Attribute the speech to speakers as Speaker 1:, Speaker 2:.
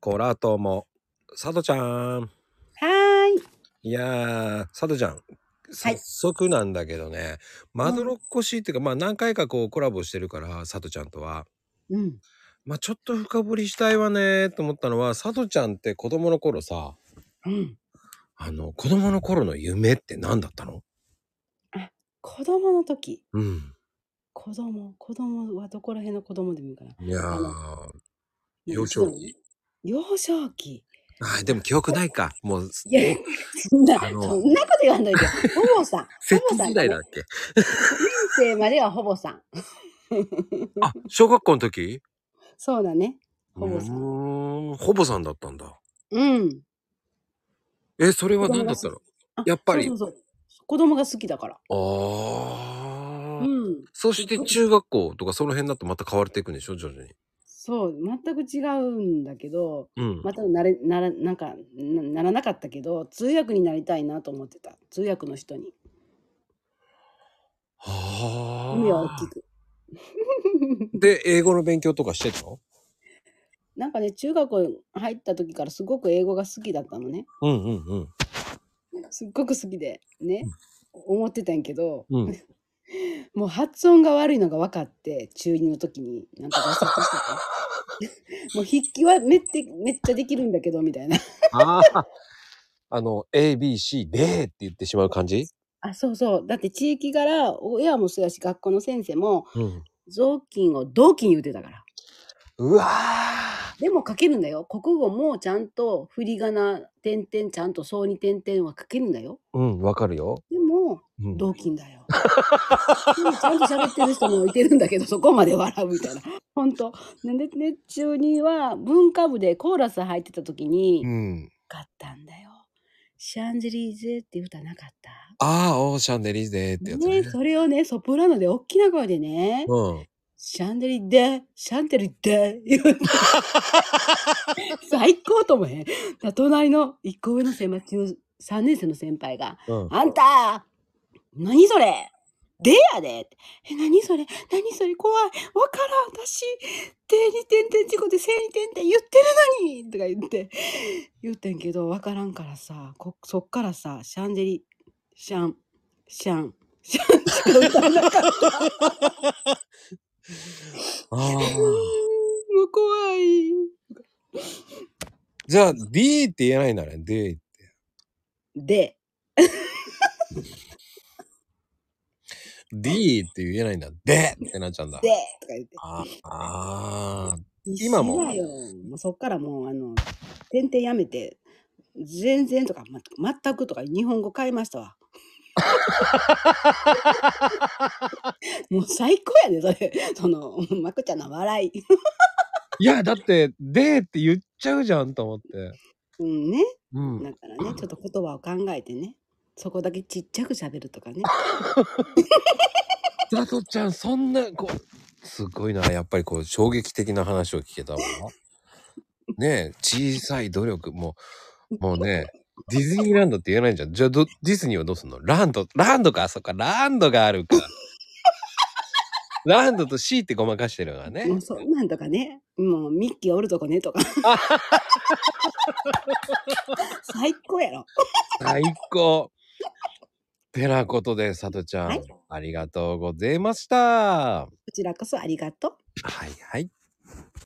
Speaker 1: コラトも、サトちゃん。
Speaker 2: はーい。
Speaker 1: いやー、サトちゃん。早速なんだけどね、まどろっこしいっていうか、まあ何回かこうコラボしてるから、サトちゃんとは。
Speaker 2: うん。
Speaker 1: まあちょっと深掘りしたいわねーと思ったのは、サトちゃんって子供の頃さ、
Speaker 2: うん。
Speaker 1: あの、子供の頃の夢って何だったの
Speaker 2: 子供の時。
Speaker 1: うん。
Speaker 2: 子供。子供はどこら辺の子供でもいいかな。
Speaker 1: いや
Speaker 2: あ
Speaker 1: ー、幼
Speaker 2: なん
Speaker 1: 少
Speaker 2: かそう
Speaker 1: 期。
Speaker 2: 幼少期。
Speaker 1: あーでも記憶ないか。もう、
Speaker 2: いや、そんな、
Speaker 1: あ
Speaker 2: そん
Speaker 1: の
Speaker 2: なこと言わんといて。ほぼさん。
Speaker 1: 石
Speaker 2: ほぼ
Speaker 1: 器
Speaker 2: さ
Speaker 1: 時
Speaker 2: んや
Speaker 1: 代
Speaker 2: ね。
Speaker 1: だっけ
Speaker 2: 人生まではほぼさん。
Speaker 1: あ、小学校の時
Speaker 2: そうだね。
Speaker 1: う
Speaker 2: ほぼさん
Speaker 1: ーん、ほぼさんだったんだ。
Speaker 2: うん。
Speaker 1: え、それは何だったの
Speaker 2: あ
Speaker 1: やっぱり
Speaker 2: そうそうそう子供が好きだから。
Speaker 1: ああ、
Speaker 2: うん。
Speaker 1: そして中学校とかその辺だとまた変わっていくんでしょ徐々に。
Speaker 2: そう、全く違うんだけど、
Speaker 1: うん。
Speaker 2: またなれ、なら、なんか、なならなかったけど、通訳になりたいなと思ってた。通訳の人に。
Speaker 1: は
Speaker 2: 夢は大きく。
Speaker 1: で、英語の勉強とかしてたの
Speaker 2: なんかね、中学校入った時からすごく英語が好きだったのね。
Speaker 1: うんうん
Speaker 2: すっごく好きで、ね。思ってたんやけど、
Speaker 1: うん。う ん。
Speaker 2: もう発音が悪いのが分かって、中2の時に、なんか挫折してた。もう筆記はめってめっちゃできるんだけど、みたいな。
Speaker 1: ああ。あの、A, B, C, D って言ってしまう感じ
Speaker 2: あ、そうそう。だって地域柄、親もそうやし、学校の先生も、
Speaker 1: うん。
Speaker 2: 雑巾を同巾言うてたから。
Speaker 1: うわあ。
Speaker 2: でも書けるんだよ。国語もちゃんと振り仮名、点々、ちゃんとそうに点々は書けるんだよ。
Speaker 1: うん、わかるよ。
Speaker 2: でも、
Speaker 1: うん、
Speaker 2: 同金だよ。でもちゃんと喋ってる人もいてるんだけど、そこまで笑うみたいな。本当なんで、ね、中には文化部でコーラス入ってた時に、
Speaker 1: うん。
Speaker 2: 買ったんだよ。シャンゼリーゼって歌なかった。
Speaker 1: ああ、オーシャンデリーゼってやつね。
Speaker 2: ね、それをね、ソプラノで大きな声でね、
Speaker 1: うん。
Speaker 2: シャンデリーで、シャンデリーで、言う最高ともへん。だ隣の一個上の先輩、中3年生の先輩が、
Speaker 1: うん。
Speaker 2: あんた何それでやでえ、何それ何それ怖いわからん私定に点々事故で正に点々言ってるのにとか言って、言ってんけど、わからんからさ、こそっからさ、シャンゼリ、シャン、シャン、シャンしか歌えなかった。
Speaker 1: ああ。
Speaker 2: うーんもう怖い。
Speaker 1: じゃあ、D って言えないんだね。D って。
Speaker 2: で、
Speaker 1: D って言えないんだ。でってなっちゃうんだ
Speaker 2: で。とか言って。
Speaker 1: ああー。今
Speaker 2: 今
Speaker 1: も
Speaker 2: もよもうそっからもうあの点々やめて全然とか、ま、全くとか日本語変えました わもう最高やねそれそのまこちゃんの笑い
Speaker 1: いや、だって、でって言っちゃうじゃんと思って。
Speaker 2: うんね
Speaker 1: うん。
Speaker 2: だからねちょっと言葉を考えてねそこだけちっちゃく喋るとかね
Speaker 1: トラトちゃん、そんな、こう、すごいな。やっぱりこう、衝撃的な話を聞けたわ。ねえ、小さい努力、もう、もうね、ディズニーランドって言えないじゃん。じゃあど、ディズニーはどうすんのランド、ランドか、そっか、ランドがあるか。ランドと C ってごまかしてるからね。
Speaker 2: もうそんなんとかねもうミッキーおるとこね とか最高やろ
Speaker 1: 最高。てなことで、さとちゃん、
Speaker 2: はい
Speaker 1: ありがとうございました。は
Speaker 2: こちらこそありがとう
Speaker 1: いはい。